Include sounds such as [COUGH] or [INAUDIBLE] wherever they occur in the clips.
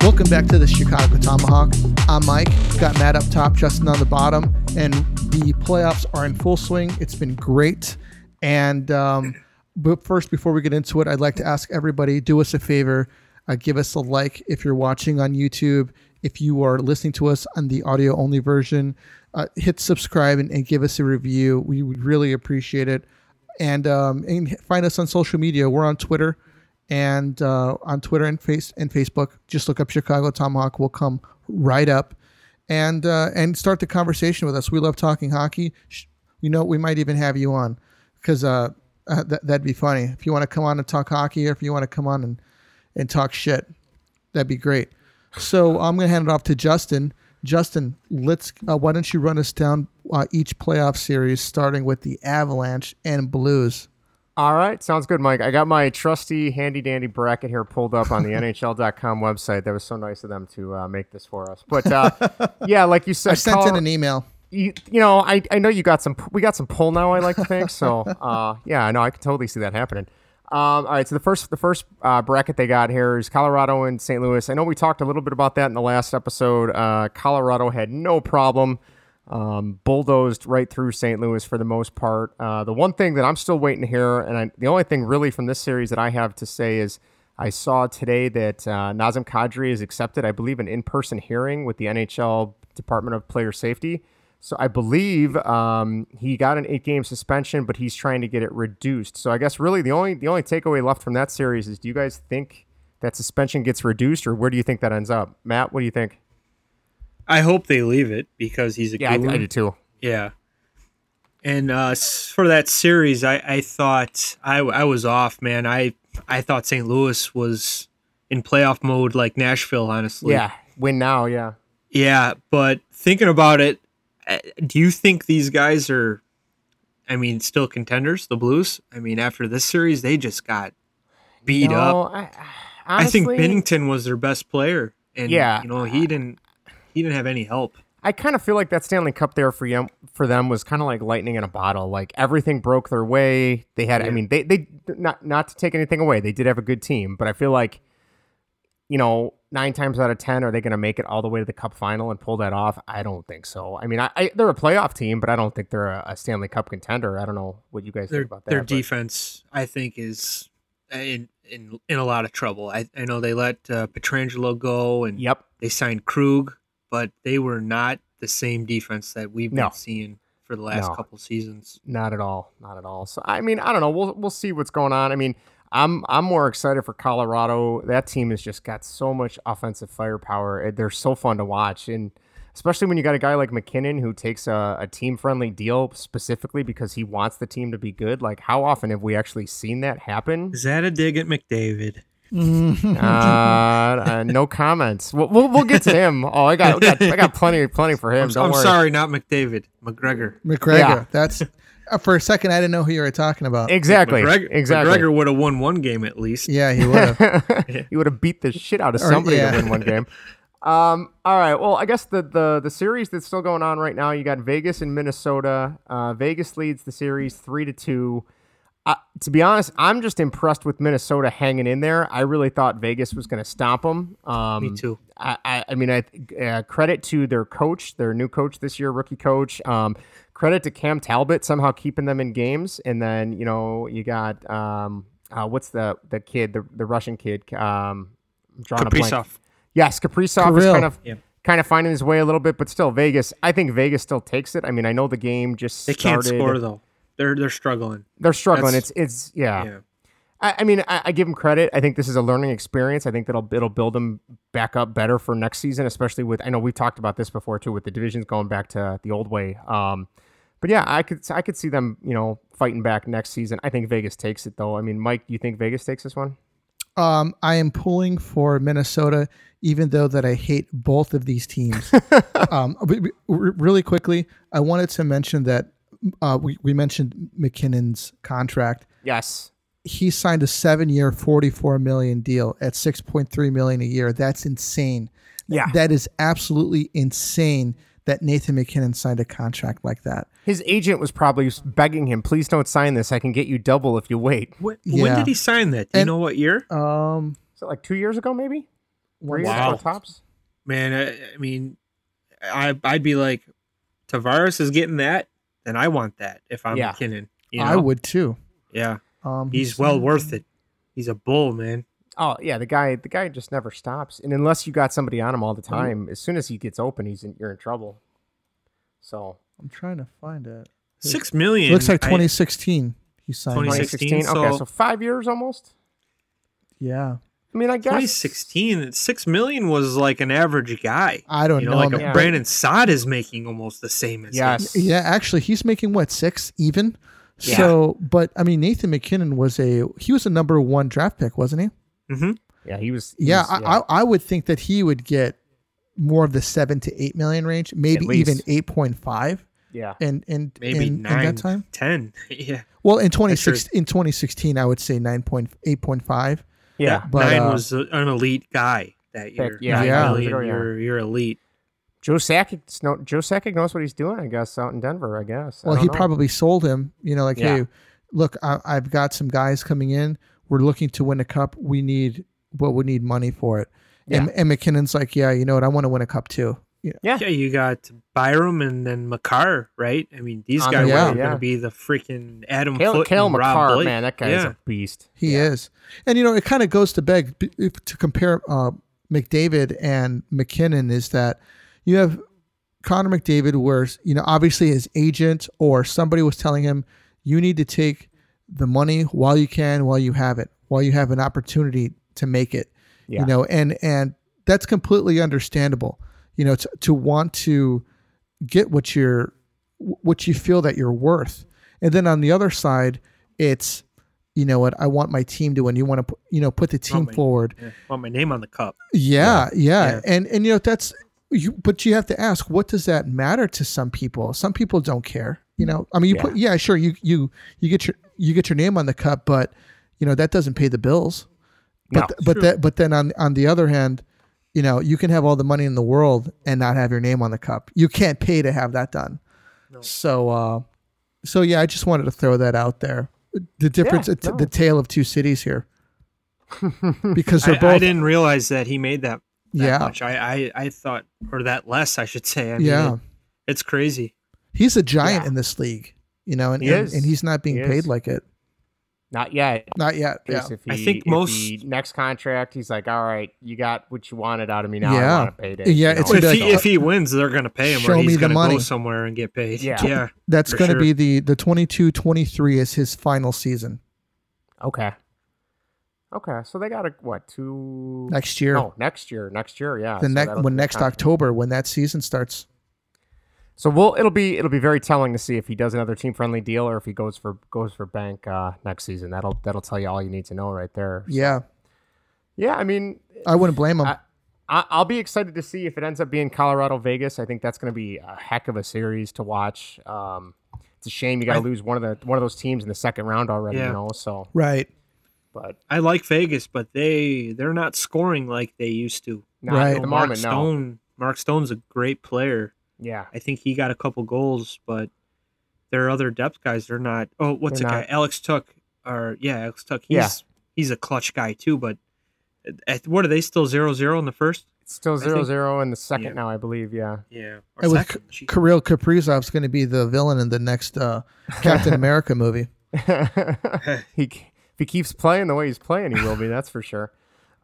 Welcome back to the Chicago Tomahawk. I'm Mike. Got Matt up top, Justin on the bottom, and the playoffs are in full swing. It's been great. And um, but first, before we get into it, I'd like to ask everybody: do us a favor, uh, give us a like if you're watching on YouTube. If you are listening to us on the audio only version, uh, hit subscribe and, and give us a review. We would really appreciate it. And um, and find us on social media. We're on Twitter and uh, on Twitter and face and Facebook. Just look up Chicago Tomahawk. We'll come right up and uh, and start the conversation with us. We love talking hockey. Sh- You know, we might even have you on because uh, uh, that that'd be funny if you want to come on and talk hockey, or if you want to come on and and talk shit. That'd be great. So I'm gonna hand it off to Justin. Justin, let's. Uh, why don't you run us down uh, each playoff series, starting with the Avalanche and Blues? All right, sounds good, Mike. I got my trusty, handy dandy bracket here pulled [LAUGHS] up on the NHL.com website. That was so nice of them to uh, make this for us. [LAUGHS] But uh, yeah, like you said, I sent in Colorado- an email. you, you know, I, I know you got some we got some pull now. I like to think so. Uh, yeah, I know I can totally see that happening. Um, all right, so the first the first uh, bracket they got here is Colorado and St. Louis. I know we talked a little bit about that in the last episode. Uh, Colorado had no problem um, bulldozed right through St. Louis for the most part. Uh, the one thing that I'm still waiting to hear, and I, the only thing really from this series that I have to say is I saw today that uh, Nazem Kadri has accepted, I believe, an in person hearing with the NHL Department of Player Safety. So I believe um, he got an eight-game suspension, but he's trying to get it reduced. So I guess really the only the only takeaway left from that series is: Do you guys think that suspension gets reduced, or where do you think that ends up? Matt, what do you think? I hope they leave it because he's a Yeah, I, goon. I do too. Yeah. And uh, s- for that series, I, I thought I, I was off, man. I I thought St. Louis was in playoff mode like Nashville, honestly. Yeah, win now. Yeah, Yeah, but thinking about it, uh, do you think these guys are, I mean, still contenders, the Blues? I mean, after this series, they just got beat up. No, I, [SIGHS] I think honestly- Bennington was their best player. And, Yeah. you know, he didn't he didn't have any help. I kind of feel like that Stanley Cup there for them for them was kind of like lightning in a bottle. Like everything broke their way. They had, I Yeah. mean, they they not not to take anything away. They did have a good team, but I feel like, you know, nine times out of ten, are they going to make it all the way to the Cup final and pull that off? I don't think so. I mean, I, I they're a playoff team, but I don't think they're a, a Stanley Cup contender. I don't know what you guys their, think about that. their but- defense, I think, is in in in a lot of trouble. I, I know they let uh, Petrangelo go and Yep. they signed Krug, but they were not the same defense that we've been No. seeing for the last No. couple seasons. Not at all. Not at all. So I mean, I don't know. We'll we'll see what's going on. I mean, I'm I'm more excited for Colorado. That team has just got so much offensive firepower. and They're so fun to watch, and especially when you got a guy like McKinnon who takes a, a team friendly deal specifically because he wants the team to be good. Like, how often have we actually seen that [LAUGHS] happen? Is that a dig at McDavid? uh, uh, no comments. We'll, we'll we'll get to him. Oh, I got I got, I got plenty plenty for him. I'm, Don't I'm worry. sorry, not McDavid, McGregor. McGregor. Yeah. That's uh, for a second I didn't know who you were talking about. Exactly. McGregor, exactly. McGregor would have won one game at least. yeah, he would have. [LAUGHS] you would have beat the shit out of Or- somebody yeah. to win one game. Um, all right. Well, I guess the, the the series that's still going on right now, you got Vegas and Minnesota. Uh, Vegas leads the series three to two. Uh, to be honest, I'm just impressed with Minnesota hanging in there. I really thought Vegas was going to stomp them. Um, Me too. I, I, I mean, I uh, credit to their coach, their new coach this year, rookie coach. Um, credit to Cam Talbot somehow keeping them in games, and then you know you got um, uh, what's the the kid, the, the Russian kid, um, I'm drawing a blank. Kaprizov. Yes, Kaprizov is Kirill. kind of Yeah. kind of finding his way a little bit, but still Vegas. I think Vegas still takes it. I mean, I know the game just They can't started. score though. They're they're struggling. They're struggling. That's- It's it's yeah. yeah. I, I mean, I, I give them credit. I think this is a learning experience. I think that'll it'll build them back up better for next season, especially with. I know we've talked about this before too, with the divisions going back to the old way. Um, but yeah, I could I could see them, you know, fighting back next season. I think Vegas takes it though. I mean, Mike, you think Vegas takes this one? Um, I am pulling for Minnesota, even though that I hate both of these teams. um, but- but re- really quickly, I wanted to mention that uh, we, we mentioned McKinnon's contract. Yes. He signed a seven-year, forty-four million deal at six point three million a year. That's insane. Yeah. that is absolutely insane. That Nathan McKinnon signed a contract like that. His agent was probably begging him, "Please don't sign this. I can get you double if you wait." When, Yeah. when did he sign that? Do you And- know what year? Um, Is it like two years ago, maybe? Three or Wow. four tops. man. I, I mean, I I'd be like, Tavares is getting that, and I want that if I'm Yeah. McKinnon. You know? I would too. Yeah, Um, he's well worth it. He's a bull, man. Oh yeah, the guy the guy just never stops, and unless you got somebody on him all the time, as soon as he gets open, he's in, you're in trouble. So I'm trying to find it. Six million. Looks like I- 2016. he signed. 26. 2016. 2016, okay, so- so five years almost. Yeah, I mean, I guess 2016, six million was like an average guy. I don't You know, know. like man. a man. Brandon Sod is making almost the same as him. Yes. Yeah, actually, he's making what six even. Yeah. So, but I mean, Nathan McKinnon was a he was a number one draft pick, wasn't he? Mm-hmm. Yeah, he was. he Yeah, was- I, I I would think that he would get more of the seven to eight million range, maybe least. even eight point five. yeah. And and Maybe in, nine, that time, 10. [LAUGHS] yeah. well, in twenty sure. six in twenty sixteen, I would say nine point eight point five. yeah, But, nine uh, was an elite guy that year. yeah, Oh, Nine yeah. million, Yeah. You're, you're elite. Joe Sakic, no, Joe Sakic knows what he's doing, I guess, out in Denver. I guess. I Well, don't he know. probably sold him. You know, like, Yeah. hey, look, I, I've got some guys coming in. We're looking to win a cup. We need, but we need money for it. And, and McKinnon's like, yeah, you know what? I want to win a cup too. Yeah. Yeah. Yeah, you got Byram and then McCarr, right? I mean, these On guys the are way, going yeah. to be the freaking Adam Kale, Foote Kale and Rob McCarr, Blake. man, that guy is yeah. a beast. He is. And, you know, it kind of goes to beg b- if, to compare uh, McDavid and McKinnon is that you have Connor McDavid, where, you know, obviously his agent or somebody was telling him, you need to take the money while you can, while you have it, while you have an opportunity to make it. Yeah. You know, and and that's completely understandable. You know, to, to want to get what you're what you feel that you're worth. And then on the other side, it's you know what I want my team to win. You want to pu- you know put the team my- forward. Yeah. Want my name on the cup. Yeah, yeah, Yeah. And and you know that's you but you have to ask what does that matter to some people? Some people don't care. You know, I mean you put yeah, sure you you you get your you get your name on the cup, but you know that doesn't pay the bills. But No. th- but that but then on on the other hand, you know, you can have all the money in the world and not have your name on the cup. You can't pay to have that done. So uh so yeah, I just wanted to throw that out there. The difference Yeah, the- no. the tale of two cities here. [LAUGHS] because they're I, both I didn't realize that he made that, that Yeah. much. I, I, I thought, or that less, I should say. I mean, Yeah. it- it's crazy. He's a giant Yeah. in this league, you know, and, He and, is. and he's not being He paid is. like it. [LAUGHS] Not yet. Not yet. Yeah. If I he- think if most- he- next contract, he's like, all right, you got what you wanted out of me now. Yeah. I want to pay it. Yeah, you it's know? gonna If be he, like, if he wins, they're going to pay him, show or me he's the going to money. go somewhere and get paid. Yeah. yeah. That's for going to sure. be the the 22 23 is his final season okay. Okay, so they got a what two next year. No, next year, next year, yeah. the so next that'll when be the next contract. October when that season starts. So we'll it'll be it'll be very telling to see if he does another team friendly deal or if he goes for goes for bank uh, next season. That'll that'll tell you all you need to know right there. Yeah. Yeah, I mean, I wouldn't blame him. I, I, I'll be excited to see if it ends up being Colorado Vegas. I think that's going to be a heck of a series to watch. Um, it's a shame you got to lose one of the one of those teams in the second round already. Yeah. You know, so right. but I like Vegas, but they they're not scoring like they used to. not Right. at You the know, Mark moment. No, Stone, Mark Stone's a great player. yeah, I think he got a couple goals, but their other depth guys, they're not. Oh, what's They're the not. guy? Alex Tuck, or yeah, Alex Tuck. He's Yeah. he's a clutch guy too. But at, what are they still zero zero in the first? it's still think- zero zero in the second Yeah. now. I believe. Yeah, Yeah, or And with second. K- Jeez. Kirill Kaprizov's going to be the villain in the next uh, [LAUGHS] Captain America movie. he if he keeps playing the way he's playing, he will be. That's for sure.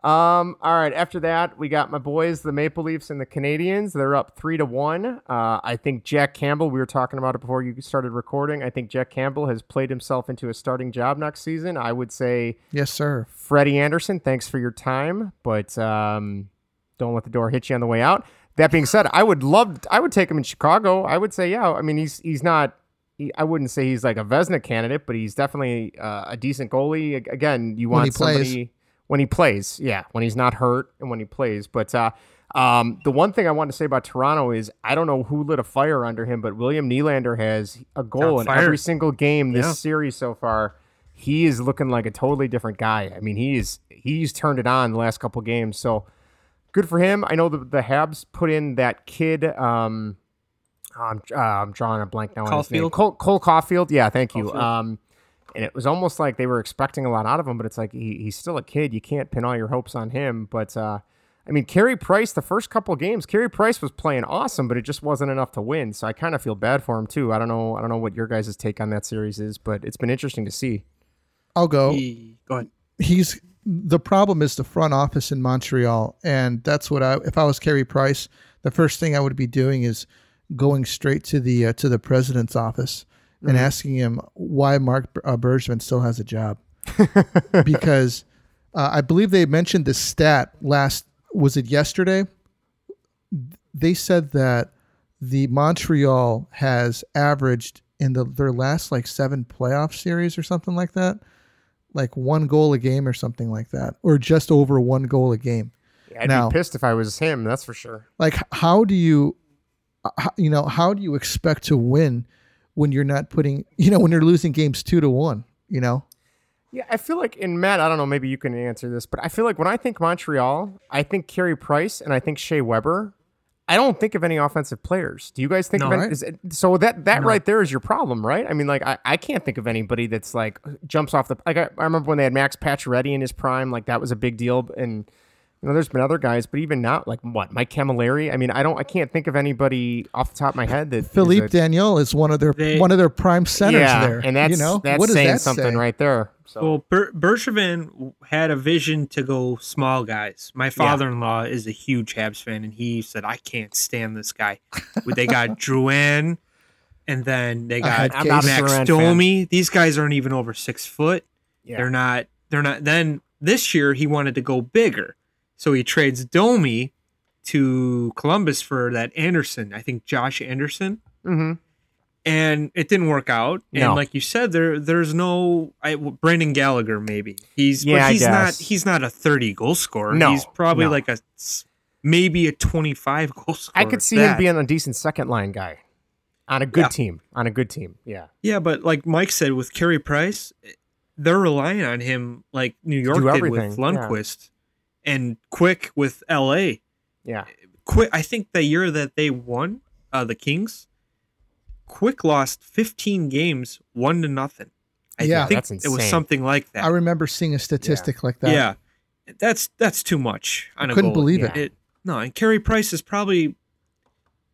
Um, all right. After that, we got my boys, the Maple Leafs and the Canadians. They're up three to one. Uh, I think Jack Campbell. We were talking about it before you started recording. I think Jack Campbell has played himself into a starting job next season. I would say Yes, sir. Freddie Anderson. Thanks for your time, but um, don't let the door hit you on the way out. That being said, I would love. I would take him in Chicago. I would say, yeah. I mean, he's he's not. He, I wouldn't say he's like a Vesna candidate, but he's definitely uh, a decent goalie. Ag- Again, you When want he plays. somebody when he plays. Yeah, when he's not hurt and when he plays. But uh, um, the one thing I want to say about Toronto is I don't know who lit a fire under him, but William Nylander has a goal On in fire. every single game this Yeah. series so far. He is looking like a totally different guy. I mean, he is he's turned it on the last couple games. So good for him. I know the the Habs put in that kid. Um, I'm uh, I'm drawing a blank now. on his name. Caulfield? Cole, Cole Caulfield. Yeah, thank you. Caulfield. Um, and it was almost like they were expecting a lot out of him, but it's like he, he's still a kid. You can't pin all your hopes on him. But uh, I mean, Carey Price, the first couple games, Carey Price was playing awesome, but it just wasn't enough to win. So I kind of feel bad for him too. I don't know. I don't know what your guys' take on that series is, but it's been interesting to see. I'll go. He- go ahead. he's the problem is the front office in Montreal, and that's what I. If I was Carey Price, the first thing I would be doing is going straight to the uh, to the president's office and asking him why Mark uh, Bergevin still has a job, because uh, I believe they mentioned this stat last. Was it yesterday? They said that the Montreal has averaged in the, their last like seven playoff series or something like that like one goal a game or something like that, or just over one goal a game. I'd Now- be pissed if I was him. That's for sure. Like, how do you, uh, how, you know, how do you expect to win when you're not putting, [LAUGHS] you know, when you're losing games two to one, you know? Yeah, I feel like in Matt, I don't know, maybe you can answer this, but I feel like when I think Montreal, I think Carey Price and I think Shea Weber. I don't think of any offensive players. Do you guys think No, of any? right? Is it, so that that right there is your problem, right? I mean, like I, I can't think of anybody that's like jumps off the. Like I, I remember when they had Max Pacioretty in his prime, like that was a big deal, and you know there's been other guys, but even now, like what Mike Camilleri. I mean, I don't, I can't think of anybody off the top of my head that is Philippe a- Daniel is one of their They- one of their prime centers yeah, there, and that's you know that's what does saying that something say? right there. So. Well, Ber- Bergevin w- had a vision to go small guys. My father-in-law is a huge Habs fan, and he said, "I can't stand this guy." But [LAUGHS] they got Drouin, and then they had got I'm not a Max Drouin fan. Domi. These guys aren't even over six foot. Yeah. They're not. They're not. Then this year he wanted to go bigger, so he trades Domi to Columbus for that Anderson. I think Josh Anderson hmm and it didn't work out. No. And like you said, there there's no I, Brandon Gallagher. Maybe he's Yeah, I but he's guess. not he's not a 30 goal scorer. No, he's probably no. like a s- maybe a 25 goal scorer. I could if see him that. being a decent second line guy on a good Yeah. team. On a good team, yeah. Yeah, but like Mike said with Carey Price, they're relying on him like New York do did everything, with yeah. Lundqvist and Quick with L.A. Yeah, Quick, I think the year that they won uh, the Kings, Quick lost 15 games, one to nothing. I Yeah. think That's it was insane. something like that. I remember seeing a statistic like that. Yeah, that's that's too much. On a couldn't goalie. believe it. it. No, and Carey Price is probably.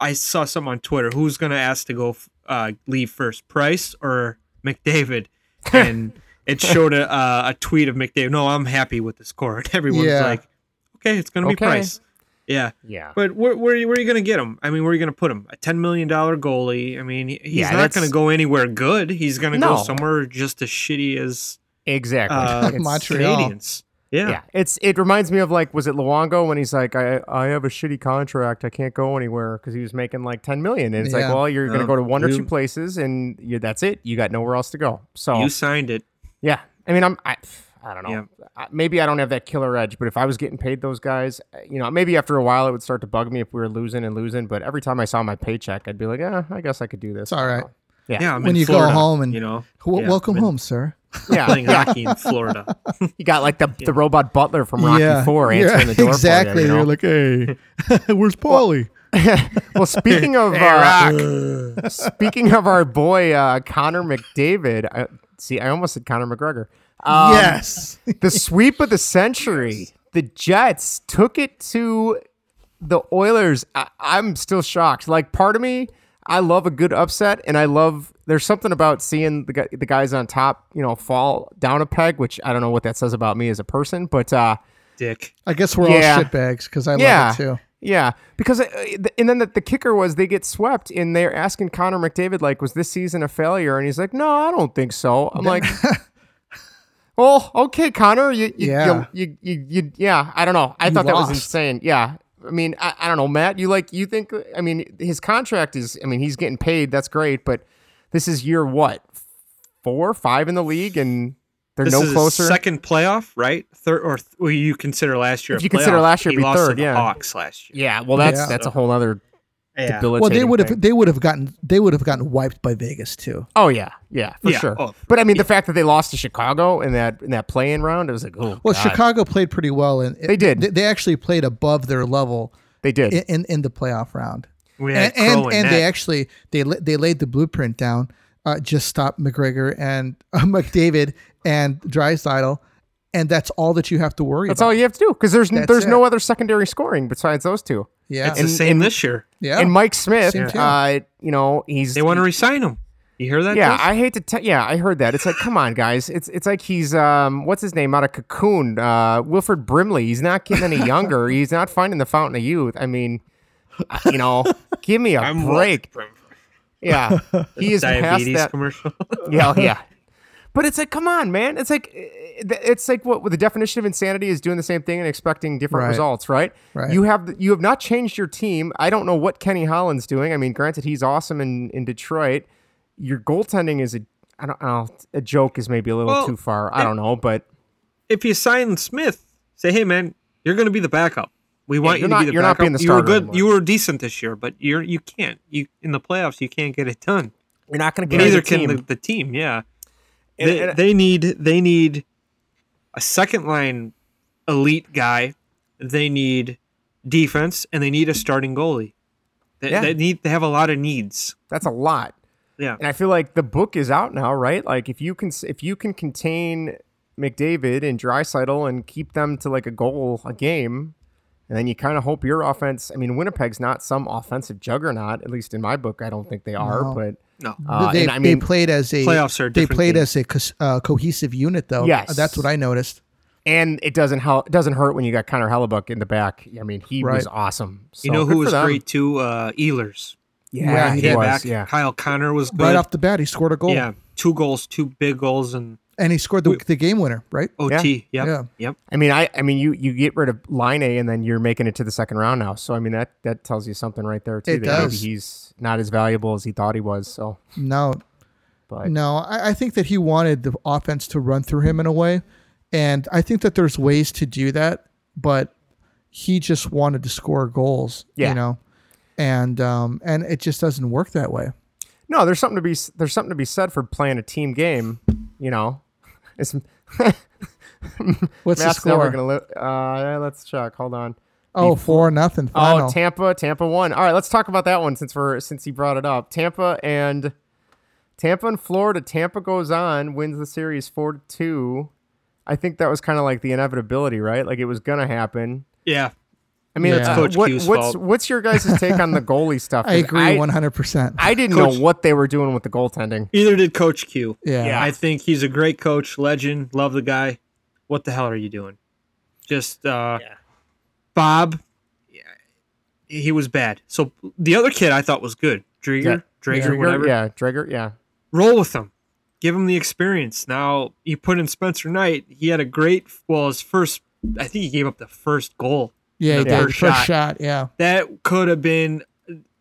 I saw some on Twitter. Who's gonna ask to go f- uh, leave first, Price or McDavid? And it showed a uh, a tweet of McDavid. No, I'm happy with the score. And everyone's Yeah. like, okay, it's gonna Okay. be Price. Yeah, yeah. but where, where, are you- where are you gonna get him? I mean, where are you gonna put him? A ten million dollar goalie. I mean, he- he's Yeah, not that's- gonna go anywhere good. He's gonna No. go somewhere just as shitty as exactly. Uh, It's- Montreal. Canadians. Yeah. Yeah, it's it reminds me of like was it Luongo when he's like I I have a shitty contract I can't go anywhere because he was making like ten million and it's Yeah. like well you're gonna Yeah. go to one or You- two places and you, that's it you got nowhere else to go so You signed it. yeah I mean I'm I, I don't know Yeah. I, maybe I don't have that killer edge but if I was getting paid those guys uh, you know maybe after a while it would start to bug me if we were losing and losing but every time I saw my paycheck I'd be like eh, I guess I could do this It's all right. Yeah. Yeah, I'm When in you go Florida, home and- you know, W- Yeah, welcome been home, sir. yeah playing hockey [LAUGHS] in Florida. [LAUGHS] You got like the, the robot butler from Rocky Four yeah, answering the door exactly. for you. you know? are like, hey, [LAUGHS] where's Paulie? [LAUGHS] well, speaking [LAUGHS] of uh, speaking of our boy uh, Connor McDavid, I, see, I almost said Connor McGregor. Um, yes. [LAUGHS] the sweep of the century. The Jets took it to the Oilers. I, I'm still shocked. Like part of me, I love a good upset, and I love there's something about seeing the gu- the guys on top, you know, fall down a peg. Which I don't know what that says about me as a person, but uh, Dick. I guess we're Yeah. all shitbags because I yeah, love it too. Yeah, because uh, the- and then the, the kicker was they get swept and they're asking Connor McDavid like, was this season a failure? And he's like, no, I don't think so. [LAUGHS] I'm like, well, okay, Connor, you you, Yeah. you, you, you, you- yeah, I don't know. I You thought that was lost. insane. Yeah. I mean, I, I don't know, Matt. You like you think? I mean, his contract is. I mean, he's getting paid. That's great, but this is year what four, five in the league, and they're This no is his closer. second playoff, right? Third or th- well, you consider last year? If a you consider playoff, last year, he it'd be lost to third, the yeah. Hawks last year. yeah, well, that's Yeah. that's a whole other debilitating. Well, they would thing. have they would have gotten they would have gotten wiped by Vegas too. Oh yeah, yeah, for Yeah, sure. oh, but I mean, the fact that they lost to Chicago in that in that play-in round, it was like, oh, Well, God. Chicago played pretty well, and They did. They, they actually played above their level they did. in, in, in the playoff round, We and had and, Crow and net. they actually they la- they laid the blueprint [LAUGHS] down. Uh, just stop McGregor and uh, McDavid and Drysdale and that's all that you have to worry That's about. all you have to do because there's That's there's no it. other secondary scoring besides those two. yeah, It's the same this year. yeah. And Mike Smith, Oh, Same team. uh, you know, he's They want to resign him. You hear that? yeah, Josh? I hate to tell. Yeah, I heard that. It's like, come on, guys. It's it's like he's um, what's his name out of Cocoon, uh, Wilfred Brimley. He's not getting [LAUGHS] any younger. he's not finding the fountain of youth. I mean, I- you know, give me a I'm break. locked from Yeah, he is past [LAUGHS] diabetes that. commercial. [LAUGHS] yeah, yeah. [LAUGHS] But it's like, come on, man. It's like, eh, it's like what the definition of insanity is doing the same thing and expecting different Right. results, right? Right. You have you have not changed your team. I don't know what Kenny Holland's doing. I mean, granted, he's awesome in in Detroit. Your goaltending is a I don't know a joke is maybe a little Well, too far. I it- don't know, but if you sign Smith, say, hey man, you're going to be the backup. We want you're you to not- be the you're not backup. being the you were starter good. anymore. You were decent this year, but you're you can't. You in the playoffs, you can't get it done. you're not going to carry Neither the can team. the, the team. Yeah, And- they, and- they need they need a second line elite guy. They need defense, and they need a starting goalie. They, Yeah. they need they have a lot of needs. That's a lot. Yeah. And I feel like the book is out now, right? Like if you can if you can contain McDavid and Drysidle and keep them to like a goal a game, and then you kind of hope your offense. I mean, Winnipeg's not some offensive juggernaut, at least in my book. I don't think they are, No. but No, uh, they, and I they mean, played as a Playoffs are a they different played game. as a cos- uh, cohesive unit though. Yes. that's what I noticed. and it doesn't help. It doesn't hurt when you got Connor Hellebuck in the back. I mean, he was Right. awesome. So you know good who for was them. great too? Uh, Ehlers. Yeah, Yeah, he he Came was. back. Yeah, Kyle Connor was good. Right off the bat, he scored a goal. Yeah, two goals, two big goals, and and he scored the, the game winner. Right? OT. Yeah. Yep. Yep. I mean, I, I mean, you, you get rid of line A, and then you're making it to the second round now. So I mean, that that tells you something right there too. It that does. Maybe he's not as valuable as he thought he was. So No, But- no, I, I think that he wanted the offense to run through him in a way, and I think that there's ways to do that, but he just wanted to score goals. Yeah. you know, and um, and it just doesn't work that way. no, there's something to be s- there's something to be said for playing a team game. You know, [LAUGHS] it's What's Matt's the score? never gonna. Li- uh, let's check. Hold on. oh, four nothing final. Oh, Tampa, Tampa won. All right, let's talk about that one since we're since he brought it up. Tampa and Tampa and Florida. Tampa goes on, wins the series four to two. I think that was kind of like the inevitability, right? Like it was gonna happen. Yeah. I mean, Yeah. it's That's uh, Coach what- Q's what's fault. what's your guys' [LAUGHS] take on the goalie stuff? I 'Cause agree, one hundred percent. I didn't Coach- know what they were doing with the goaltending. Either did Coach Q. Yeah. Yeah. I think he's a great coach, legend, love the guy. What the hell are you doing? Just uh Bob yeah, he was bad. So the other kid I thought was good. Drieger, Yeah. Drager, Drager, whatever. yeah, Drager, yeah. Roll with him. Give him the experience. Now you put in Spencer Knight. He had a great well, his first I think he gave up the first goal. Yeah, he The did. first First shot. shot. Yeah, That could have been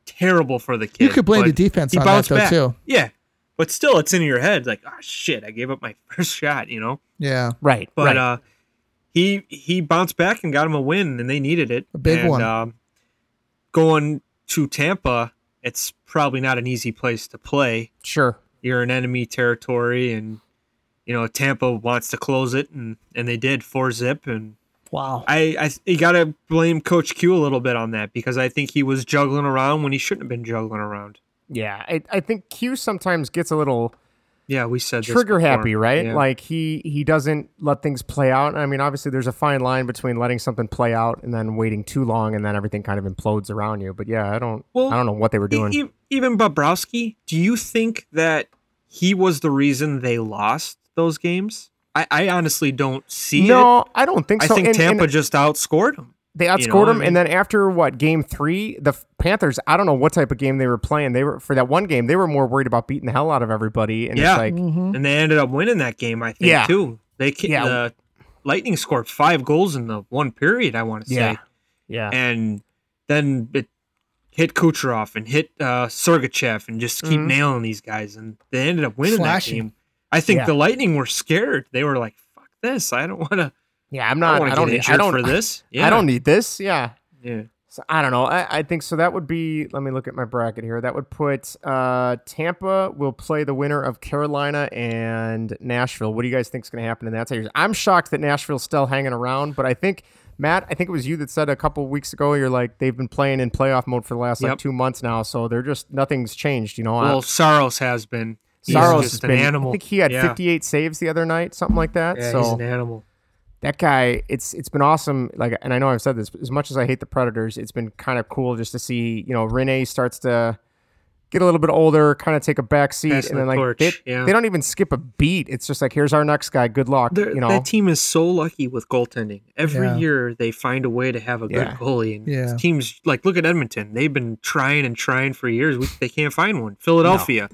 terrible for the kid. you could blame the but- defense he on that bounced though back. too. Yeah. But still, it's in your head like, oh, shit, I gave up my [LAUGHS] first shot, you know? Yeah, Right, But right. uh, he he bounced back and got him a win, and they needed it. A big And, one. Um, going to Tampa, it's probably not an easy place to play. sure. You're in enemy territory, and, you know, Tampa wants to close it, and, and they did four zip. And wow. I, I you got to blame Coach Q a little bit on that because I think he was juggling around when he shouldn't have been juggling around. Yeah, I, I think Q sometimes gets a little Yeah, we said this trigger before. happy, right? Yeah. Like he he doesn't let things play out. I mean, obviously there's a fine line between letting something play out and then waiting too long and then everything kind of implodes around you. But yeah, I don't Well, I don't know what they were E- doing. e- even Bobrowski, do you think that he was the reason they lost those games? I, I honestly don't see it. no, I don't think I so. think And- and Tampa just outscored them. they outscored you know what I them, and then after what game three, the F- Panthers. I don't know what type of game they were playing. They were for that one game. They were more worried about beating the hell out of everybody, and Yeah. it's like Mhm. And they ended up winning that game, I think, Yeah. too. They ca- Yeah. the Lightning scored five goals in the one period, I want to Yeah. say. yeah, And then it hit Kucherov and hit uh, Sergachev and just keep Mhm. nailing these guys. And they ended up winning Slashing. that game. I think Yeah. the Lightning were scared. They were like, fuck this. I don't want to. yeah. I'm I not. don't I want don't. to get Need, [LAUGHS] I injured for don't. this. Yeah. I don't need this. Yeah. Yeah. So I don't know. I, I think so. That would be. Let me look at my bracket here. That would put uh, Tampa will play the winner of Carolina and Nashville. What do you guys think is going to happen in that series? I'm shocked that Nashville's still hanging around, but I think Matt, I think it was you that said a couple weeks ago. You're like they've been playing in playoff mode for the last like Yep. two months now, so they're just nothing's changed. You know, I- Well, Saros has been. He's Saros just has an been. animal. I think he had yeah. 58 saves the other night, something like that. Yeah, so he's an animal. that guy, it's it's been awesome. Like, and I know I've said this, but as much as I hate the Predators, it's been kind of cool just to see you know Rene starts to get a little bit older, kind of take a back seat, Passing and the then like torch, they, yeah. they don't even skip a beat. It's just like here's our next guy. Good luck. They're- you know, That team is so lucky with goaltending. Every Yeah. year they find a way to have a good Yeah. goalie. And Yeah. teams like look at Edmonton. They've been trying and trying for years. We, they can't find one. Philadelphia.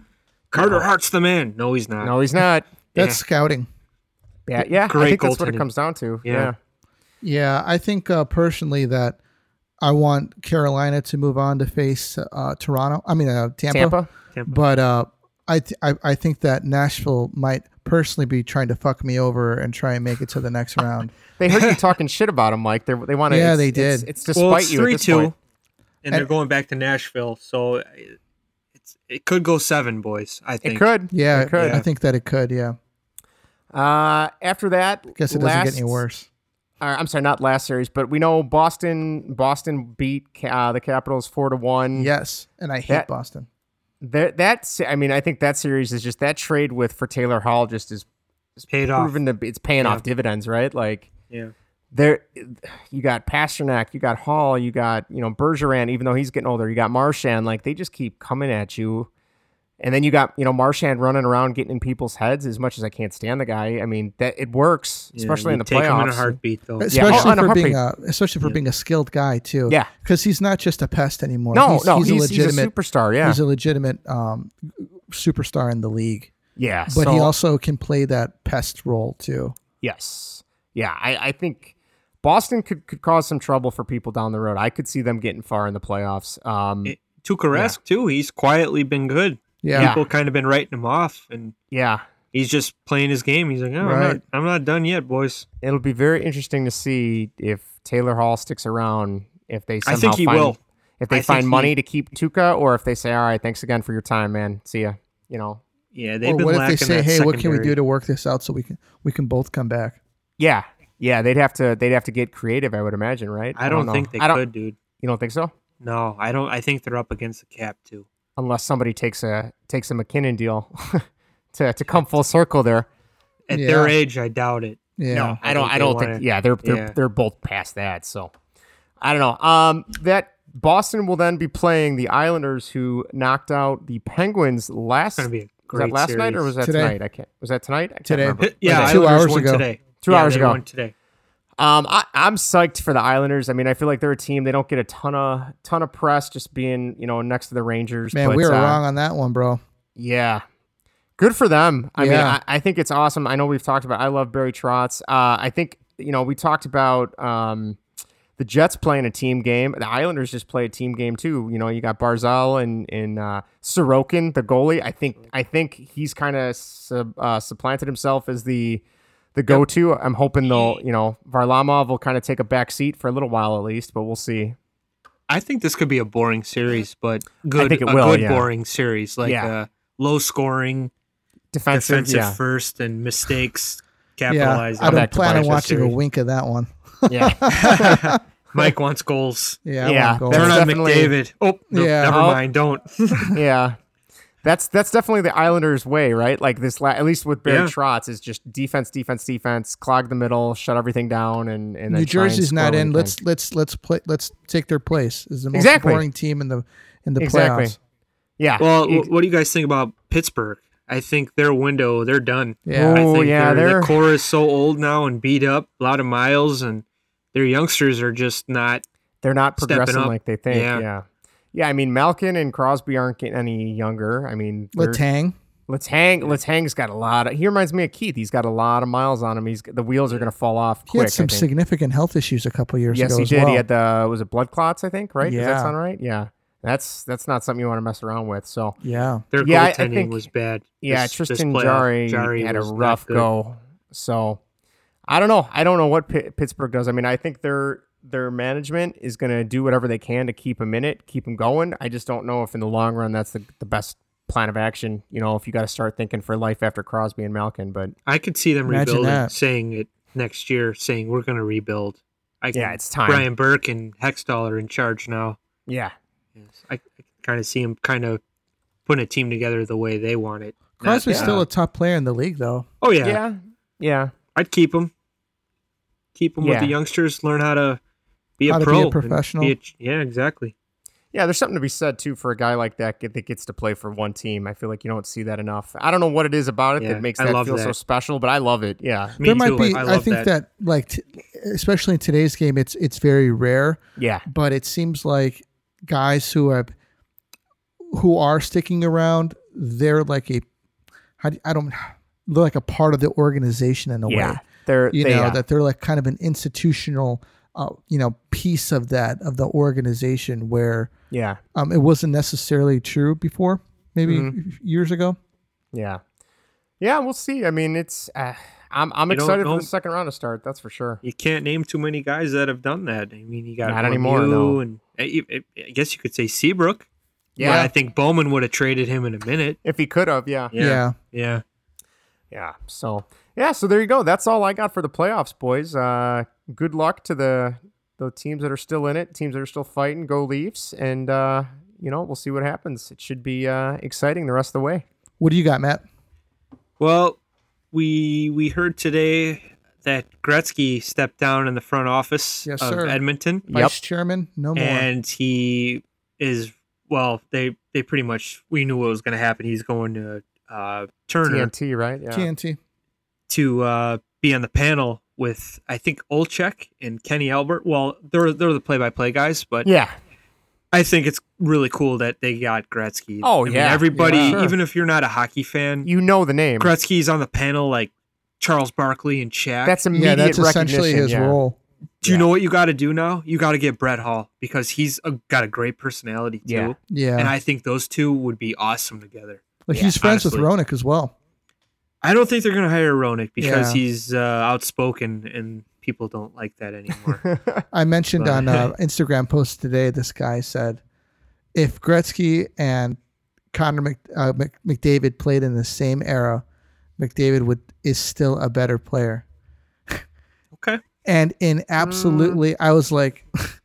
Carter Hart's the man. No, he's not. no, he's not. That's scouting. Yeah, yeah. I Great think that's what it goaltending. comes down to. Yeah. yeah. Yeah, I think uh, personally that I want Carolina to move on to face uh, Toronto. I mean uh, Tampa. Tampa. But uh, I, th- I I think that Nashville might personally be trying to fuck me over and try and make it to the [LAUGHS] next round. They heard [LAUGHS] you talking shit about him, Mike. They they want to. Yeah, it's, they It's, did. it's despite Well, it's you. Three three two. two, and they're going back to Nashville. So uh, it's it could go seven, boys. I It think could. Yeah, It could. I think that it could. Yeah, Uh, after that, guess it doesn't last, get any worse. or, I'm sorry, not last series, but we know Boston. Boston beat Ca- uh, the Capitals four to one. Yes, and I hate That- Boston. that, that se- I mean, I think that series is just that trade with for Taylor Hall just is paid off. proven to be it's paying off dividends, right? Like Yeah. there, you got Pasternak, you got Hall, you got you know Bergeron, even though he's getting older, you got Marchand. Like they just keep coming at you, and then you got you know Marchand running around getting in people's heads. As much as I can't stand the guy, I mean that it works, Yeah, especially in you the take 'em playoffs. in a heartbeat, though. Especially oh, and a for being a, heartbeat. especially for being a skilled guy too. Yeah. because he's not just a pest anymore. no, he's, no, he's, a legitimate superstar. Yeah, he's a legitimate um, superstar in the league. yeah. But so- he also can play that pest role too. Yes. Yeah, I, I think Boston could, could cause some trouble for people down the road. I could see them getting far in the playoffs. Um, It- Tuukka Rask too. He's quietly been good. Yeah, Yeah. People kind of been writing him off, and yeah, he's just playing his game. He's like, oh, I'm, not, Right. I'm not done yet, boys. it'll be very interesting to see if Taylor Hall sticks around. If they, somehow think he find, will. If they I think find he- money to keep Tuca, or if they say, "All right, thanks again for your time, man. See ya." You know, Yeah, they've Or been what if lacking they say, that "Hey, secondary. what can we do to work this out so we can we can both come back?" yeah, yeah. They'd have to, they'd have to get creative. I would imagine, right? I don't, know. think they I don't, could, dude. You don't think so? No, I don't. I think they're up against the cap too. Unless somebody takes a takes a McKinnon deal [LAUGHS] to to come full circle there. At Yeah. their age, I doubt it. Yeah. No, I don't. I they don't wanna- think. Yeah, they're they're yeah. they're both past that. So I don't know. Um, that Boston will then be playing the Islanders, who knocked out the Penguins last. gonna be a was great that last night or series. was that Today. tonight? I can't. Was that tonight? I can't Today. [LAUGHS] remember. yeah, Like Islanders two hours won ago. today. Two Yeah, hours they ago. won today. Um, I, I'm psyched for the Islanders. I mean, I feel like they're a team. They don't get a ton of ton of press just being you know next to the Rangers. Man, but, we were uh, wrong on that one, bro. Yeah. Good for them. I mean, Yeah. I, I think it's awesome. I know we've talked about I love Barry Trotz. Uh, I think, you know, we talked about um, the Jets playing a team game. The Islanders just play a team game too. You know, you got Barzal and and uh, Sorokin, the goalie. I think I think he's kind of sub, uh, supplanted himself as the the go to. I'm hoping they'll, you know, Varlamov will kind of take a back seat for a little while at least, but we'll see. I think this could be a boring series, but good. think it a will, good yeah. boring series, like Yeah. uh, low scoring, Defensive, defensive yeah. first, and [SIGHS] mistakes Yeah, capitalizing. I don't back to plan on Boston watching a series. wink of that one. yeah. [LAUGHS] Mike wants goals. Yeah, I Yeah, want goals. That's Turn on definitely- McDavid. Oh, no, Yeah. never Oh. mind. Don't. yeah. That's that's definitely the Islanders' way, right? Like this, la- at least with Barry Yeah. Trotz, is just defense, defense, defense, clog the middle, shut everything down, and and then New try and Jersey's score not in. when you Let's can. let's let's play. Let's take their place. Is the most Exactly. boring team in the in the exactly, playoffs. yeah. [LAUGHS] Well, Ex- wh- what do you guys think about Pittsburgh? I think their window, they're done. Yeah. I Oh, think yeah, their- they're- the core is so old now and beat up, a lot of miles, and their youngsters are just not. they're not stepping progressing up. like they think. Yeah. Yeah. yeah, I mean, Malkin and Crosby aren't getting any younger. I mean, they're- Letang. Letang, Letang's got a lot. Of, he reminds me of Keith. He's got a lot of miles on him. He's the wheels are going to fall off He quick. had some I think. significant health issues a couple years Yes, ago. he as did. Well. He had the was it blood clots? I think right. Does that Yeah. sound right? Yeah, that's that's not something you want to mess around with. So yeah. Their Yeah, I- I goaltending think- was bad. Yeah, this- this Tristan playoff. Jari, had a was not rough good. go. So I don't know. I don't know what Pitt, Pittsburgh does. I mean, I think their their management is going to do whatever they can to keep him in it, keep him going. I just don't know if in the long run that's the, the best plan of action. You know, if you got to start thinking for life after Crosby and Malkin, but I could see them Imagine rebuilding, that. saying it next year, saying we're going to rebuild. I yeah, can- it's time. Brian Burke and Hextall are in charge now. Yeah, Yes, I, I kind of see them kind of putting a team together the way they want it. Not- Crosby's yeah. still a top player in the league, though. Oh yeah, yeah, yeah. I'd keep him. Keep them with Yeah. the youngsters. Learn how to be a How to be pro, a and professional. be a ch- yeah, exactly. Yeah, there's something to be said too for a guy like that get- that gets to play for one team. I feel like you don't see that enough. I don't know what it is about it Yeah, that makes I that love feel so that. special, but I love it. Yeah, Me there might too. be. I I, love think that, like, t- especially in today's game, it's it's very rare. yeah, But it seems like guys who have who are sticking around, they're like a how do, I don't they're like a part of the organization in a yeah. way. They're You they, know yeah. that they're like kind of an institutional, uh, you know, piece of that of the organization where yeah, um, it wasn't necessarily true before, maybe years ago. yeah, yeah. We'll see. I mean, it's uh, I'm I'm You don't- excited for don't- the second round to start. That's for sure. You can't name too many guys that have done that. I mean, you got Not anymore, Lemieux no. and I, I- I guess you could say Seabrook. Yeah, I think Bowman would have traded him in a minute. if he could have, yeah, Yeah, yeah. yeah. yeah. So yeah, so there you go. That's all I got for the playoffs, boys. Uh, good luck to the the teams that are still in it, teams that are still fighting. Go Leafs, and uh, you know we'll see what happens. It should be uh, exciting the rest of the way. What do you got, Matt? Well, we we heard today that Gretzky stepped down in the front office Yes, of sir. Edmonton, Vice chairman, no more. and he is well. They they pretty much we knew what was going to happen. He's going to uh, Turner TNT, right? Yeah. TNT. to uh, be on the panel with I think Olchek and Kenny Albert. Well, they're they're the play by play guys, but Yeah. I think it's really cool that they got Gretzky. Oh, I mean, yeah. everybody, Yeah, sure. even if you're not a hockey fan, You know the name. Gretzky's on the panel like Charles Barkley and Shaq. That's immediate Yeah, that's essentially recognition. his yeah. role. Do you Yeah. know what you got to do now? You got to get Brett Hall because he's a, got a great personality too, Yeah. Yeah, and I think those two would be awesome together. like he's friends with honestly. Ronick as well. I don't think they're gonna hire Ronick because Yeah. he's uh, outspoken and people don't like [LAUGHS] that anymore. I mentioned But- on uh, Instagram post today. This guy said, if Gretzky and Connor Mc, uh, Mc, McDavid played in the same era, McDavid would is still a better player. okay, And in absolutely, I was like, [LAUGHS]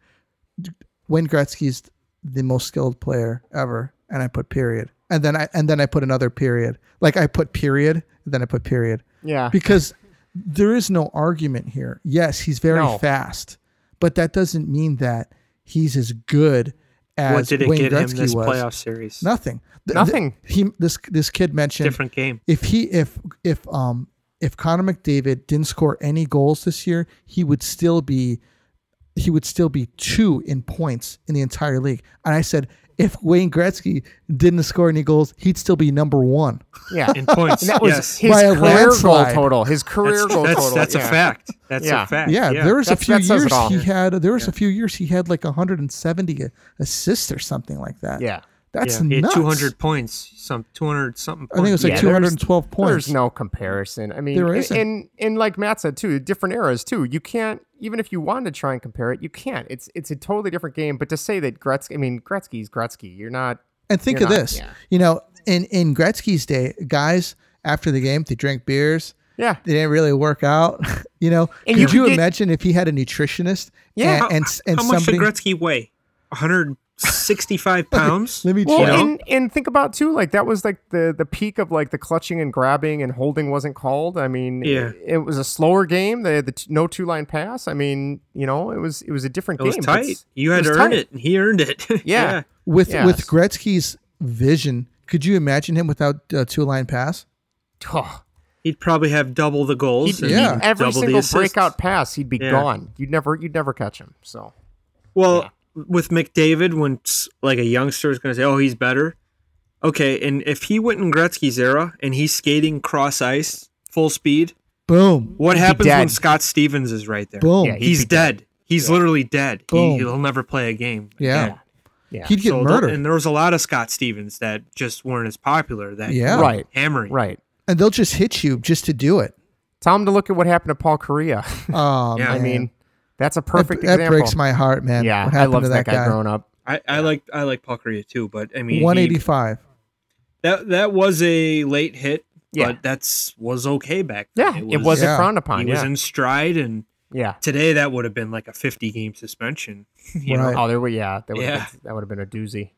Wayne Gretzky's the most skilled player ever, and I put period. And then I and then I put another period. Like I put period, then I put period. [LAUGHS] Yeah. because there is no argument here. Yes, he's very No. fast, but that doesn't mean that he's as good as what did it Wayne get Gretzky him this was. playoff series? Nothing. Th- th- Nothing. he this this kid mentioned [LAUGHS] Different game. if he if if um if Connor McDavid didn't score any goals this year, he would still be he would still be two in points in the entire league. And I said if Wayne Gretzky didn't score any goals, he'd still be number one. [LAUGHS] Yeah. in points. That was yes. his By a career goal landslide. total. His career that's, goal that's, total. that's yeah. a fact. That's Yeah. a fact. Yeah, yeah. there was a That's- few that says it years all. he had. There was a few years he had like 170 assists or something like that. Yeah. that's Yeah. He had nuts. 200 points, some 200 something. I think it was like Yeah, there's- 212 points. There's no comparison. I mean, There and- isn't. and and like Matt said too, different eras too. You can't even if you wanted to try and compare it, you can't. It's it's a totally different game. But to say that Gretzky, I mean Gretzky's Gretzky. You're not. and think You're of not- this. yeah. You know, in in Gretzky's day, guys after the game they drank beers. Yeah. They didn't really work out. [LAUGHS] you know, And could you you did- imagine if he had a nutritionist? Yeah. and How- and, and how somebody. much did Gretzky weigh? 165 [LAUGHS] pounds. let me Well, you know, and and think about too, like that was like the the peak of like the clutching and grabbing and holding wasn't called. I mean, Yeah. it, it was a slower game. They had the t- no two line pass. I mean, you know, it was it was a different It game. was but tight. it's- [SIGHS] You had was to earn tight. it, and he earned it. [LAUGHS] Yeah. with with yes. Gretzky's vision, could you imagine him without a two line pass? Oh, He'd probably have double the goals. he'd- and Yeah. he'd- every double the single assists. breakout pass, he'd be Yeah. gone. You'd never you'd never catch him. So Well, with McDavid, when s- like a youngster is going to say, "Oh, he's better," okay. And if he went in Gretzky's era and he's skating cross ice full speed, Boom, what He'd be happens when dead. Scott Stevens is right there? boom. Yeah, he- He's He'd be dead. dead. He's literally dead. He, Boom. he'll never play a game. yeah. yeah. Yeah. he'd get So th- murdered. and there was a lot of Scott Stevens that just weren't as popular. That Yeah. were Right. hammering. right. and they'll just hit you just to do it. Tell him to look at what happened to Paul Korea. Um, [LAUGHS] [LAUGHS] Yeah, I man. mean, that's a that, perfect that example. breaks my heart, man. yeah, what I happened loved to that, guy, growing up. I, I like I like Puckeria too, but I mean he- One eighty-five. that that was a late hit, Yeah. but that's was okay back then. Yeah, it, was, not yeah. frowned upon. he yeah. was in stride, and yeah. today that would have been like a fifty game suspension. [LAUGHS] You know, Right. Oh, there were yeah. That would Yeah. have been, that would have been a doozy.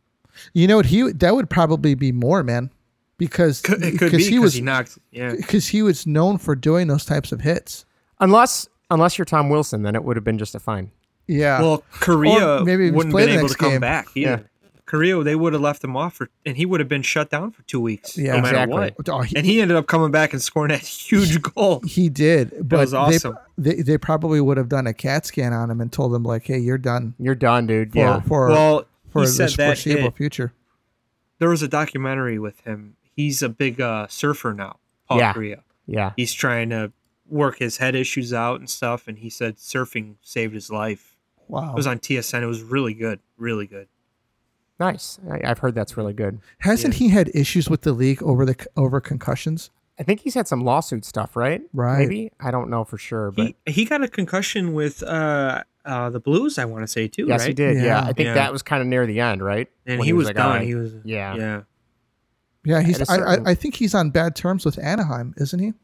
You know what? He that would probably be more, man, because C- it could be because he 'cause was he knocked. Yeah, because he was known for doing those types of hits. Unless unless you're Tom Wilson, then it would have been just a fine. Yeah. Well, Korea Or maybe he was wouldn't playing been the able next to come game. back. Either. Yeah. Korea, they would have left him off, for, and he would have been shut down for two weeks, Yeah, no matter exactly. what. Oh, he- And he ended up coming back and scoring that [LAUGHS] huge goal. He did, but was awesome. they, they they probably would have done a CAT scan on him and told him like, "Hey, you're done You're done, dude. for yeah. for Well, for he the said that foreseeable it- future." there was a documentary with him. He's a big uh, surfer now, Paul Yeah. Korea. Yeah. He's trying to work his head issues out and stuff, and he said surfing saved his life. Wow. It was on TSN. It was really good, really good. Nice. I, I've heard that's really good. Hasn't he had issues with the league over the over concussions? I think he's had some lawsuit stuff, right? Right. Maybe. I don't know for sure, but He he got a concussion with uh, uh, the Blues, I want to say too. yes, right? he did. Yeah. Yeah. I think Yeah. that was kind of near the end, right? And When he, was, like, done. all right. He was Yeah. yeah. Yeah, he's. At a I, certain- I, I think he's on bad terms with Anaheim, isn't he?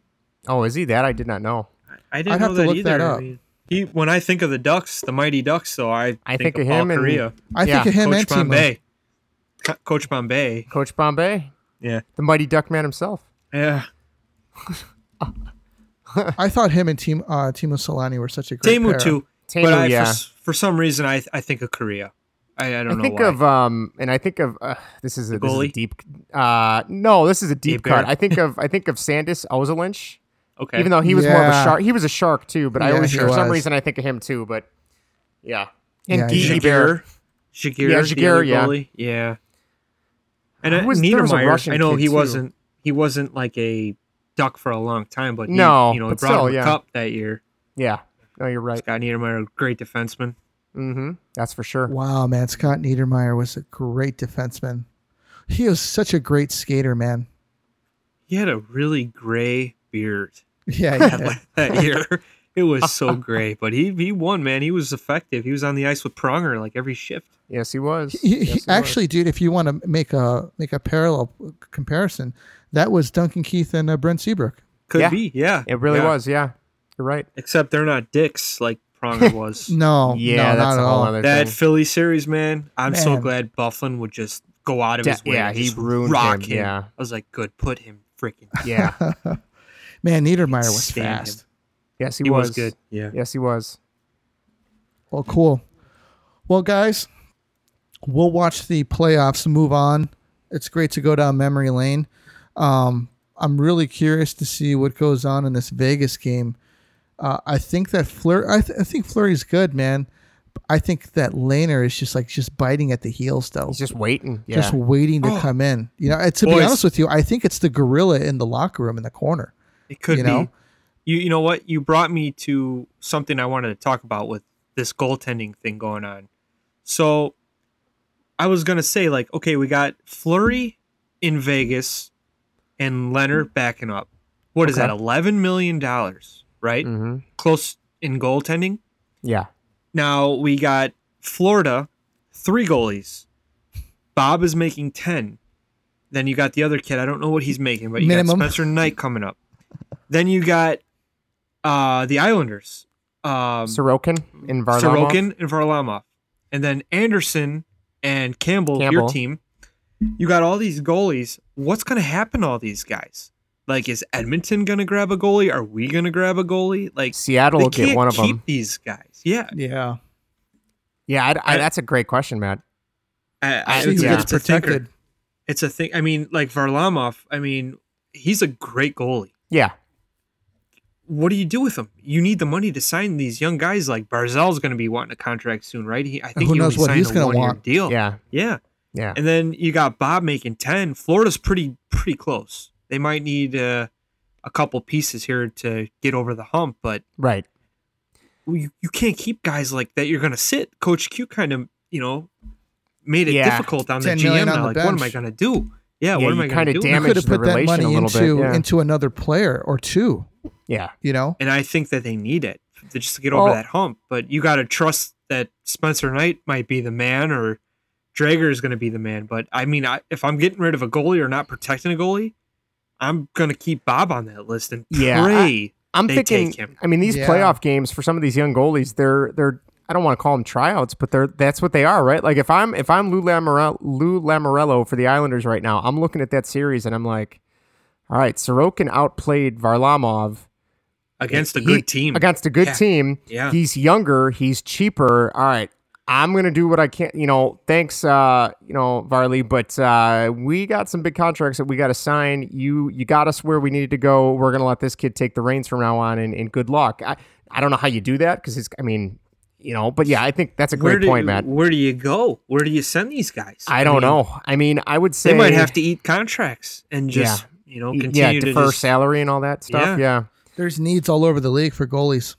Oh, is he that? I did not know. I didn't I'd know have to that look either. that up. I mean, he, when I think of the Ducks, the mighty Ducks, though, I, I think think, of Paul him and- Kariya, I Yeah, think of him Coach and Timo. Bombay, Co- Coach Bombay. Coach Bombay, Yeah, the mighty duck man himself. yeah. I thought him and Tim, uh, Timo Solani were such a great Tamu pair. too, Tamu, but I, yeah. for, s- for some reason, I I think of Korea. I, I don't I know think why. of um, and I think of uh, this is a, this is a goalie? deep. Uh, no, this is a deep Bear? cut. I think of I think of Sandis Ozelinch, okay, even though he was more of a Yeah. shark. He was a shark too, but I Yeah, always he for some was. reason I think of him too. But yeah, and Yeah, Gigi yeah. Bear. Jaguar, Jaguar, Yeah, yeah, Jaguar, yeah. yeah. And uh, Who was- there was a Niedermeyer, Russian I know kid, he too. wasn't he wasn't like a Duck for a long time, but he, No, you know, but brought still, him a yeah. cup that year. Yeah, no, you're right. Scott Niedermeyer, great defenseman. Mm-hmm. That's for sure. Wow, man, Scott Niedermayer was a great defenseman. He was such a great skater, man. [LAUGHS] He had a really gray beard Yeah, [LAUGHS] yeah. that year. It was so gray, but he he won, man. He was effective. He was on the ice with Pronger like every shift. Yes, he was. He- Yes, he- he was. actually, dude, if you want to make a make a parallel comparison, that was Duncan Keith and uh, Brent Seabrook. Could Yeah. be, yeah. it really yeah. was. Yeah, you're right. Except they're not dicks like [LAUGHS] Pronger was. No, Yeah, Oh, no, that's not a at whole all. other that thing. Philly series, man. I'm so Man. glad Bufflin would just go out of Da- his way. yeah, and he just ruined rock him, yeah. I was like, good, put him freaking. Yeah. [LAUGHS] Man, Niedermeyer was Stand him. fast. Yes, he, He was. was good. Yeah. Yes, he was. Well, cool. Well, guys, we'll watch the playoffs move on. It's great to go down memory lane. Um, I'm really curious to see what goes on in this Vegas game. Uh, I think that Fleur, I, th- I think Flurry's good, man. I think that Laner is just like just biting at the heels, though, He's just waiting. Yeah. Oh. just waiting to come in. You know, and to be Boys. honest with you, I think it's the gorilla in the locker room in the corner. It could You know? be. You you know what? You brought me to something I wanted to talk about with this goaltending thing going on. So I was gonna say, like, okay, we got Flurry in Vegas and Leonard backing up. What is Okay. that? Eleven million dollars, right? hmm Close in goaltending. Yeah. Now we got Florida, three goalies. Bob is making ten. Then you got the other kid. I don't know what he's making, but you Minimum. got Spencer Knight coming up. Then you got uh, the Islanders, um, Sorokin and Varlamov. Sorokin and Varlamov, and then Anderson and Campbell, Campbell. your team. You got all these goalies. What's going to happen to all these guys? Like, is Edmonton going to grab a goalie? Are we going to grab a goalie? Like, Seattle they will get can't one of keep them. these guys. Yeah, Yeah, Yeah, I'd- I, I- that's a great question, Matt. I, I I, see who it's, yeah. gets it's a thinker. protected. It's a thing. I mean, like Varlamov. I mean, he's a great goalie. Yeah, What do you do with him? You need the money to sign these young guys. Like Barzell's going to be wanting a contract soon, right? He, I think Who he knows only what signed he's a gonna one-year want. Deal. yeah, yeah. yeah. And then you got Bob making ten. Florida's pretty pretty close. They might need uh, a couple pieces here to get over the hump, but Right. you, you can't keep guys like that. You're going to sit. Coach Q kind of you know made it Yeah. difficult on the 10 GM. million on Now, the like, what am I bench. going to do? Yeah, Yeah, what am you I going kinda to do? You damage could have the put that relation money a little bit, into yeah. into another player or two. Yeah. You know, and I think that they need it to just get over Well- that hump. But you got to trust that Spencer Knight might be the man, or Drager is going to be the man. But I mean, I, if I'm getting rid of a goalie or not protecting a goalie, I'm going to keep Bob on that list and Yeah, pray. I'm They thinking. take him. I mean, these Yeah. playoff games for some of these young goalies, they're they're. I don't want to call them tryouts, but they're that's what they are, right? Like if I'm if I'm Lou Lamorello, Lou Lamorello for the Islanders right now, I'm looking at that series and I'm like, all right, Sorokin outplayed Varlamov, against a He- good team. Against a good Yeah. team. Yeah. He's younger. He's cheaper. All right. I'm gonna do what I can. You know, thanks, uh, you know, Varley, but uh, we got some big contracts that we got to sign. You you got us where we needed to go. We're gonna let this kid take the reins from now on, and, and good luck. I, I don't know how you do that because it's. I mean, you know, but yeah, I think that's a where great do, point, Matt. Where do you go? Where do you send these guys? I don't mean, know. I mean, I would say They might have to eat contracts and just you know y- continue yeah to defer just- salary and all that stuff. Yeah. Yeah. There's needs all over the league for goalies.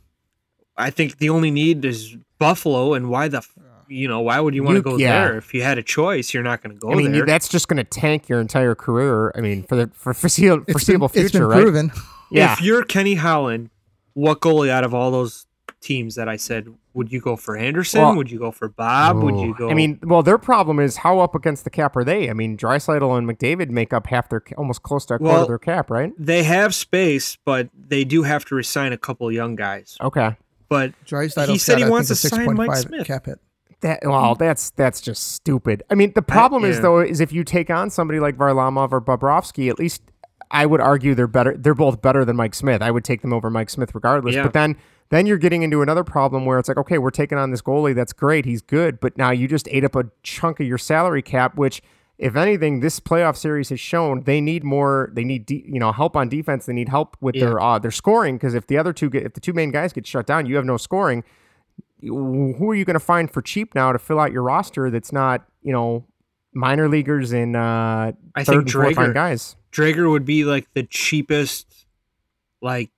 I think the only need is Buffalo, and why the f- you know why would you want You- to go yeah. there if you had a choice? You're not going to go I mean, there. that's just going to tank your entire career. I mean, for the for foreseeable, It's foreseeable been, it's future, been right? proven. Yeah, If you're Kenny Holland, what goalie out of all those teams that I said would you go for Anderson? Well- would you go for Bob? Would you Ooh. go? I mean, well, their problem is how up against the cap are they? I mean, Drysaitel and McDavid make up half their, ca- almost close to a quarter Well- of their cap, right? they have space, but they do have to resign a couple of young guys. Okay, But Drysdale He said he got, I wants think, to a sign Mike 6.5 Smith. cap hit. that well, that's that's just stupid. I mean, the problem is yeah. though is if you take on somebody like Varlamov or Bobrovsky, at least I would argue they're better. They're both better than Mike Smith. I would take them over Mike Smith regardless. Yeah. But then then you're getting into another problem where it's like, okay, we're taking on this goalie. That's great. He's good. But now you just ate up a chunk of your salary cap, which. If anything, this playoff series has shown they need more. They need de- you know help on defense. They need help with their uh, their scoring because if the other two get if the two main guys get shut down, you have no scoring who are you going to find for cheap now to fill out your roster that's not you know minor leaguers and uh I third think and fourth line Drager guys Drager would be like the cheapest, like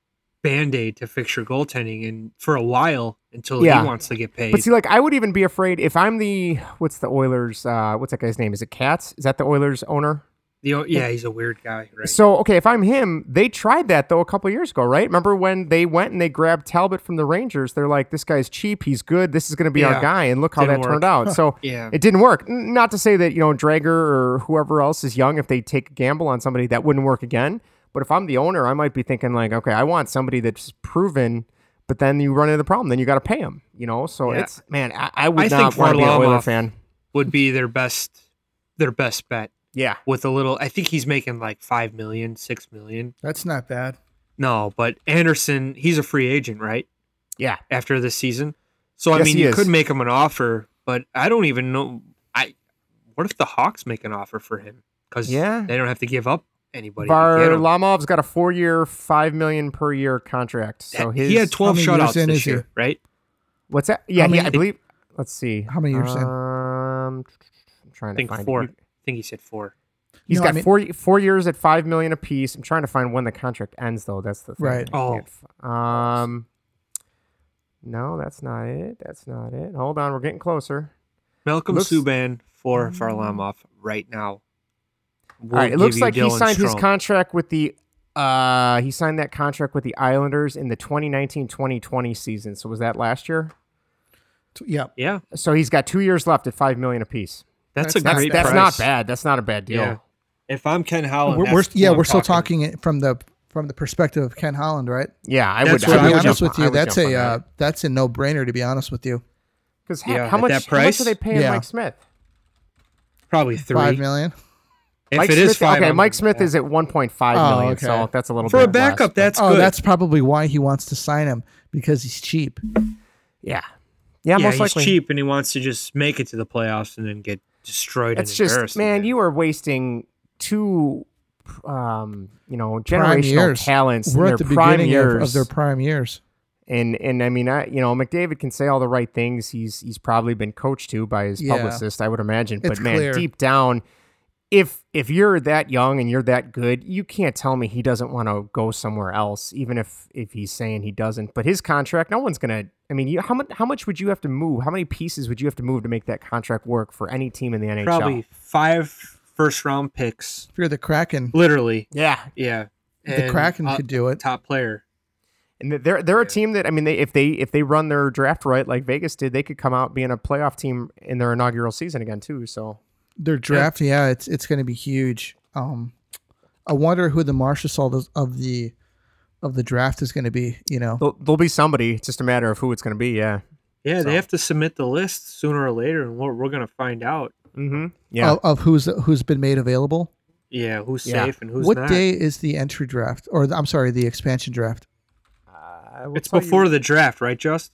band aid to fix your goaltending, and for a while until Yeah. he wants to get paid. but see like i would even be afraid if i'm the what's the oilers uh what's that guy's name is it katz is that the oilers owner The o- yeah, he's a weird guy, right? so okay if i'm him they tried that though a couple years ago right remember when they went and they grabbed talbot from the rangers they're like this guy's cheap he's good this is going to be our Yeah. guy and look how Didn't that work. turned out [LAUGHS] so yeah, It didn't work. N- Not to say that, you know, Drager or whoever else is young, if they take a gamble on somebody, that wouldn't work again. But if I'm the owner, I might be thinking, like, okay, I want somebody that's proven, but then you run into the problem. Then you got to pay them, you know? So Yeah. it's, man, I, I would I not think want to be an Oiler Varlamov- fan. would be their best, their best bet Yeah. with a little. I think he's making like five million, six million. That's not bad. No, but Anderson, he's a free agent, right? Yeah. After this season, so I Yes, mean, he you is. could make him an offer, but I don't even know. I what if the Hawks make an offer for him? Because Yeah. they don't have to give up anybody. to get him. Varlamov's got a four year, $5 million per year contract. So his. he had twelve How many years shutouts in this is he? year, right? What's that? Yeah, How he, many- I believe. Let's see. How many years in? Um, I'm trying I to think find four. it. I think he said four. He's No, I got mean- four four years at five million apiece. I'm trying to find when the contract ends, though. That's the thing. Right. I Oh. can't f- Um. No, that's not it. That's not it. Hold on, we're getting closer. Malcolm Looks- Subban for Varlamov right now. We'll All right. It give looks you like he Dylan signed his Strome. contract with the. Uh, he signed that contract with the Islanders in the 2019-2020 season. So was that last year? T- Yep. Yeah, So he's got two years left at five million apiece. that's, That's a not- That's great. that's not price. bad. That's not a bad deal. Yeah. If I'm Ken Holland, We're, that's we're, yeah, who I'm we're still talking it from the from the perspective of Ken Holland, right? Yeah, I That's would. what to I be would honest jump- with I you, would that's jump a on that. uh, that's a no brainer. To be honest with you, Because Yeah, how at much? that how much price? are they paying Yeah. Mike Smith? Probably three. five million. If Mike it Smith, is five, okay. I'm- Mike Smith is at one point five Oh, million, okay. so that's a little for bit a backup. Less, but- that's Oh, good. that's probably why he wants to sign him because he's cheap. yeah, yeah, yeah, most he's likely. cheap and he wants to just make it to the playoffs and then get destroyed. It's and just embarrassed man, again. you are wasting two, um, you know, Prime generational years. talents We're in at the their prime beginning years. of, of their prime years. and and I mean, I you know, McDavid can say all the right things. He's he's probably been coached to by his Yeah. publicist, I would imagine. but It's man, clear. deep down, if if you're that young and you're that good, you can't tell me he doesn't want to go somewhere else, even if if he's saying he doesn't. But his contract, no one's gonna. I mean, you, how much how much would you have to move? How many pieces would you have to move to make that contract work for any team in the NHL? probably five first round picks, If you're the Kraken, literally. Yeah, Yeah, the And Kraken a could do it. top player. And th- they're they're a team that I mean, they if they if they run their draft right like Vegas did, they could come out being a playoff team in their inaugural season again too. So Their draft, yeah, it's it's going to be huge. Um, I wonder who the marshal of, of the of the draft is going to be. You know, There'll, there'll be somebody. It's just a matter of who it's going to be. Yeah. Yeah, So- they have to submit the list sooner or later, and we're, we're gonna find out. Mm-hmm. Yeah. Oh, of, of who's who's been made available. Yeah, who's Yeah. safe and who's what not. day is the entry draft, or the, I'm sorry, the expansion draft? Uh, I will It's tell you- before the draft, right, Just?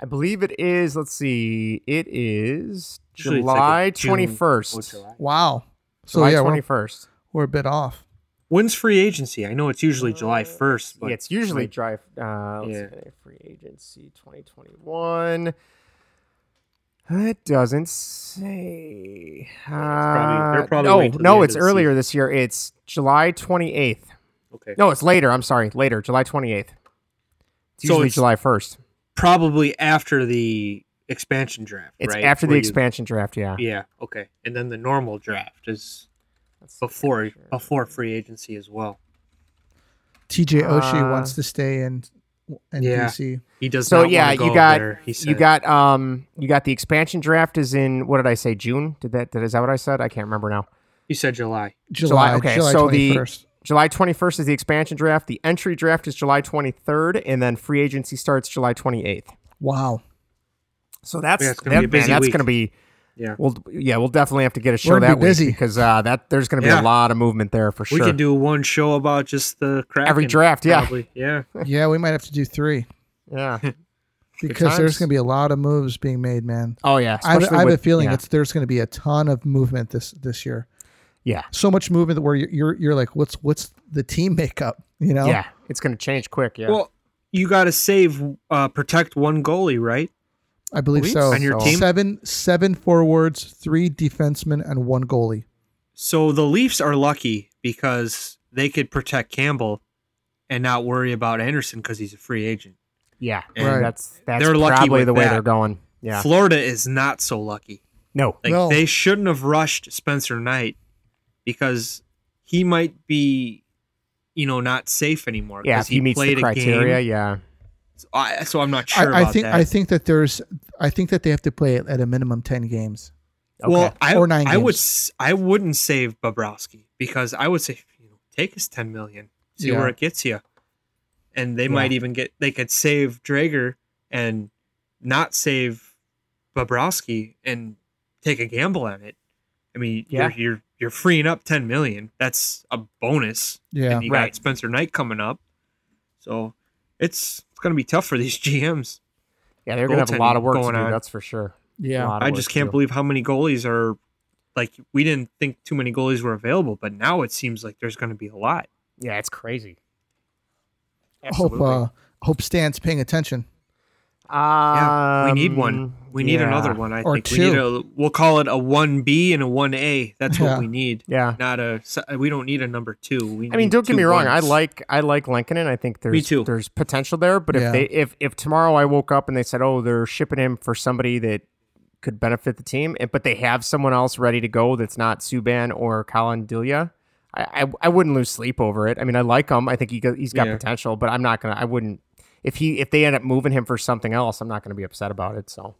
I believe it is. Let's see. It is Usually it's like a July June twenty or first. July. Wow. So July yeah, twenty we're, first. we're a bit off. When's free agency? I know it's usually July 1st, but Uh, Yeah, it's usually drive. Uh, let's Yeah. see, free agency twenty twenty one. It doesn't say. probably- they're Uh, probably no, waiting till the no, end it's of the earlier this year. It's July twenty eighth. okay. No, it's later. I'm sorry, later, July twenty eighth. It's So usually it's- July first. Probably after the expansion draft, It's right? after the Where you- expansion draft. Yeah. Yeah, okay. And then the normal draft is Let's see. before before free agency as well. TJ Oshie Uh, wants to stay in in Yeah. DC. He does So not yeah, wanna go you got there, he said. you got um you got the expansion draft is in what did I say June? Did that did, is that what I said? I can't remember now. You said July. July. July, okay, July so the- 21st. July 21st is the expansion draft. The entry draft is July 23rd, and then free agency starts July 28th. Wow. [LAUGHS] So that's Yeah, it's gonna be a that- busy man, that's week. going to be Yeah. We'll yeah we'll definitely have to get a show gonna be that week busy. because uh, that there's going to be Yeah. a lot of movement there for We sure. could do one show about just the Kraken. Every draft, yeah. probably. Yeah. yeah, we might have to do three yeah. because there's times. going to be a lot of moves being made, man. Oh yeah. I have, especially I have a with- feeling yeah. it's there's going to be a ton of movement this this year. yeah So much movement that where you're you're, you're like, what's what's the team [LAUGHS] makeup? You know? yeah it's going to change quick. Yeah. Well, you got to save, uh, protect one goalie, right? I believe Believe so. so. On your team? seven seven forwards, three defensemen, and one goalie. So the Leafs are lucky because they could protect Campbell and not worry about Anderson because he's a free agent. yeah. And Right. That's that's They're lucky probably with the way that. they're going. Yeah. Florida is not so lucky. No. Like No. they shouldn't have rushed Spencer Knight because he might be, you know, not safe anymore. Yeah. 'cause If he, meets the played a game. criteria. Yeah. So I, so I'm not sure I, I about think that. I think that there's I think that they have to play at, at a minimum ten games. Well, I, Or nine I would games. s- I wouldn't save Bobrovsky because I would say you know, take his 10 million, see Yeah. where it gets you. And they might even get they could save Drager and not save Bobrovsky and take a gamble on it. I mean, Yeah. you're, you're you're freeing up 10 million. That's a bonus. Yeah. and you Right. got Spencer Knight coming up. So, it's it's going to be tough for these [LAUGHS] GMs. Yeah, they're gonna have a lot of goaltending work to do. going on. That's for sure. Yeah. A lot of I work just to can't do. believe how many goalies are like we didn't think too many goalies were available, but now it seems like there's going to be a lot. Yeah, it's crazy. I hope uh, hope Stan's paying attention. Yeah, we need one. Um, We need another yeah. one. I Or think we need two. a. We'll call it a one B and a one A. That's what Yeah. we need. Yeah. Not a. s- We don't need a number two. We I mean, need don't get two me wrong. I ones. like I like Lincoln, and I think there's too. there's potential there. But Yeah. if they if if tomorrow I woke up and they said, oh, they're shipping him for somebody that could benefit the team, and- but they have someone else ready to go that's not Subban or Colin Delia, I, I I wouldn't lose sleep over it. I mean, I like him. I think he got, he's got Yeah. potential, but I'm not gonna. I wouldn't if he if they end up moving him for something else. I'm not gonna be upset about it. So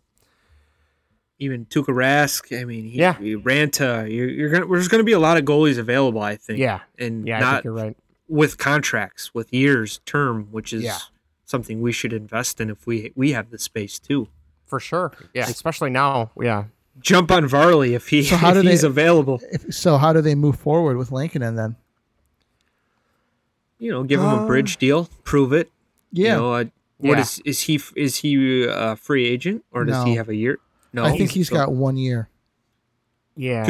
even Tuukka Rask. I mean, he, Yeah. he ran to. You're, you're gonna. There's going to be a lot of goalies available. I think. yeah, And yeah, I not think you're right. with contracts, with years, term, which is Yeah. something we should invest in if we we have the space too. For sure. Yeah. Especially now. Yeah. jump on Varley if he So how if do they- he's available. If, so how do they move forward with Lincoln and then? You know, give him a bridge deal, prove it. Ah. Yeah. You know, uh, what Yeah. is is he is he a free agent or does he No. have a year? No, I think he's so got one year. Yeah.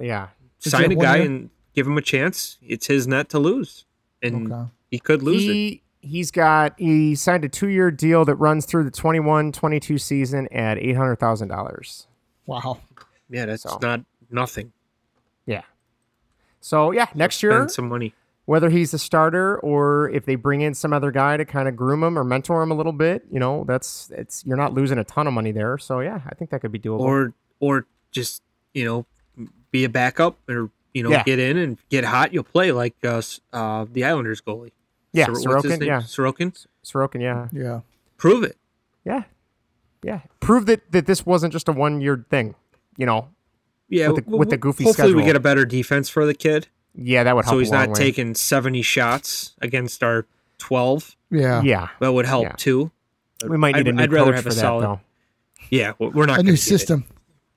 Yeah. Does he sign have a one guy year? and give him a chance. It's his net to lose, and Okay. he could lose it. he, He's got, he signed a two year deal that runs through the 21 22 season at $800,000. Wow. Yeah, that's So. not nothing. Yeah. So, yeah, next year, Spend some money. whether he's a starter or if they bring in some other guy to kind of groom him or mentor him a little bit, you know, that's, it's, you're not losing a ton of money there. So, yeah, I think that could be doable. or or just you know be a backup or you know Yeah. get in and get hot you'll play like uh, s- uh the islanders goalie yeah, Sor- what's his Sorokin. name? Yeah. sorokin Sorokin. Yeah. Yeah. prove it Yeah. Yeah. Prove that, that this wasn't just a one year thing, you know? yeah With the- w- with the w- goofy hopefully we schedule. get a better defense for the kid Yeah, that would help. so he's a long not way. taking 70 shots against our 12 Yeah. Yeah. that would help Yeah. too We might need I'd- a new I'd rather coach have for a that, solid- though. yeah w- we're not A gonna new get it. system.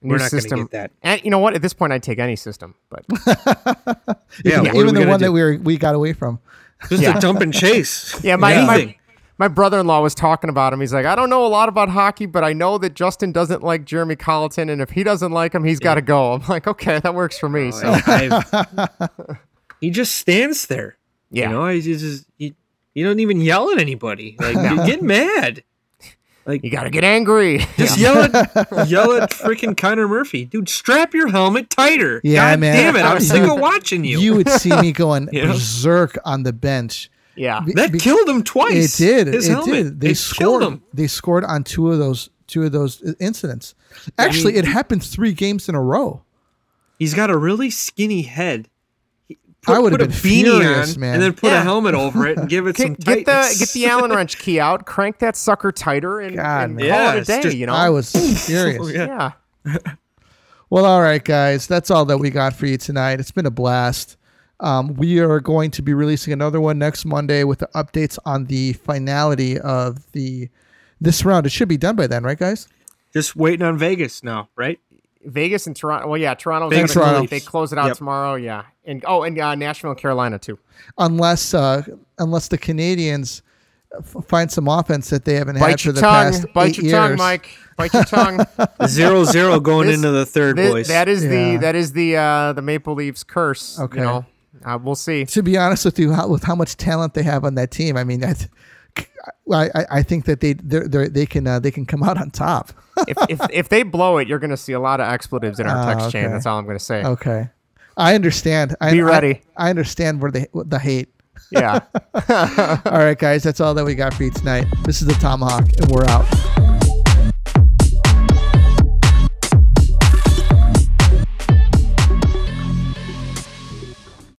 we're New not system. gonna get that And you know what? At this point, I'd take any system. But [LAUGHS] yeah, what are Even we the gonna one do? that we were, we got away from. just Yeah. [LAUGHS] a dump and chase yeah, my, Yeah. my my brother-in-law was talking about him. He's like, I don't know a lot about hockey, but I know that Justin doesn't like Jeremy Colleton, and if he doesn't like him, he's got to go. I'm like, okay, that works for Oh, me. So [LAUGHS] I've- he just stands there. yeah, You know, he's he's just he, he don't even yell [LAUGHS] at anybody. Like you get mad. you got to get angry. Just yell [LAUGHS] at yell at freaking Connor Murphy. Dude, strap your helmet tighter. Yeah, God man. damn it. I'm [LAUGHS] sick You- of watching you. You would see [LAUGHS] me going You know? berserk on the bench. yeah, Be- that be- killed him It twice. did. His it helmet. did. They it scored. killed him. They scored on two of those two of those i- incidents. Actually, it happened three games in a row. He's got a really skinny head. He- I would've put a been beanie furious, on man. and then put Yeah. a helmet over it and give it some get, get the tightness. get the [LAUGHS] Allen wrench key out, crank that sucker tighter, and, God, and man. call Yeah, it a it's day. just- you know, I [LAUGHS] was furious. Oh, Yeah. yeah. Well, all right, guys, that's all that we got for you tonight. It's been a blast. Um, we are going to be releasing another one next Monday with the updates on the finality of the this round. It should be done by then, right, guys? Just waiting on Vegas now, right? Vegas and Toronto. Well, yeah, Toronto. Vegas and They, Toronto. they close it out Yep. tomorrow. Yeah, and oh, and uh, Nashville and Carolina too. Unless uh, unless the Canadians f- find some offense that they haven't had Bite for your the tongue. past Bite eight your tongue, years. Mike. Bite your [LAUGHS] tongue. Zero zero going This- into the third, Th- boys. that is Yeah. the that is the uh, the Maple Leafs curse. Okay. You know, uh, [LAUGHS] we'll see. to be honest with you, how, with how much talent they have on that team, I mean, I, th- I, I- I think that they they're, they're, they can uh, they can come out on top. if, if if they blow it, you're going to see a lot of expletives in our Ah, text chain. okay. Oh. That's all I'm going to say. okay, I understand. I, Be I- ready. I, understand where the the hate. Yeah. [LAUGHS] all right, guys, that's all that we got for you tonight. This is the Tomahawk, and we're out.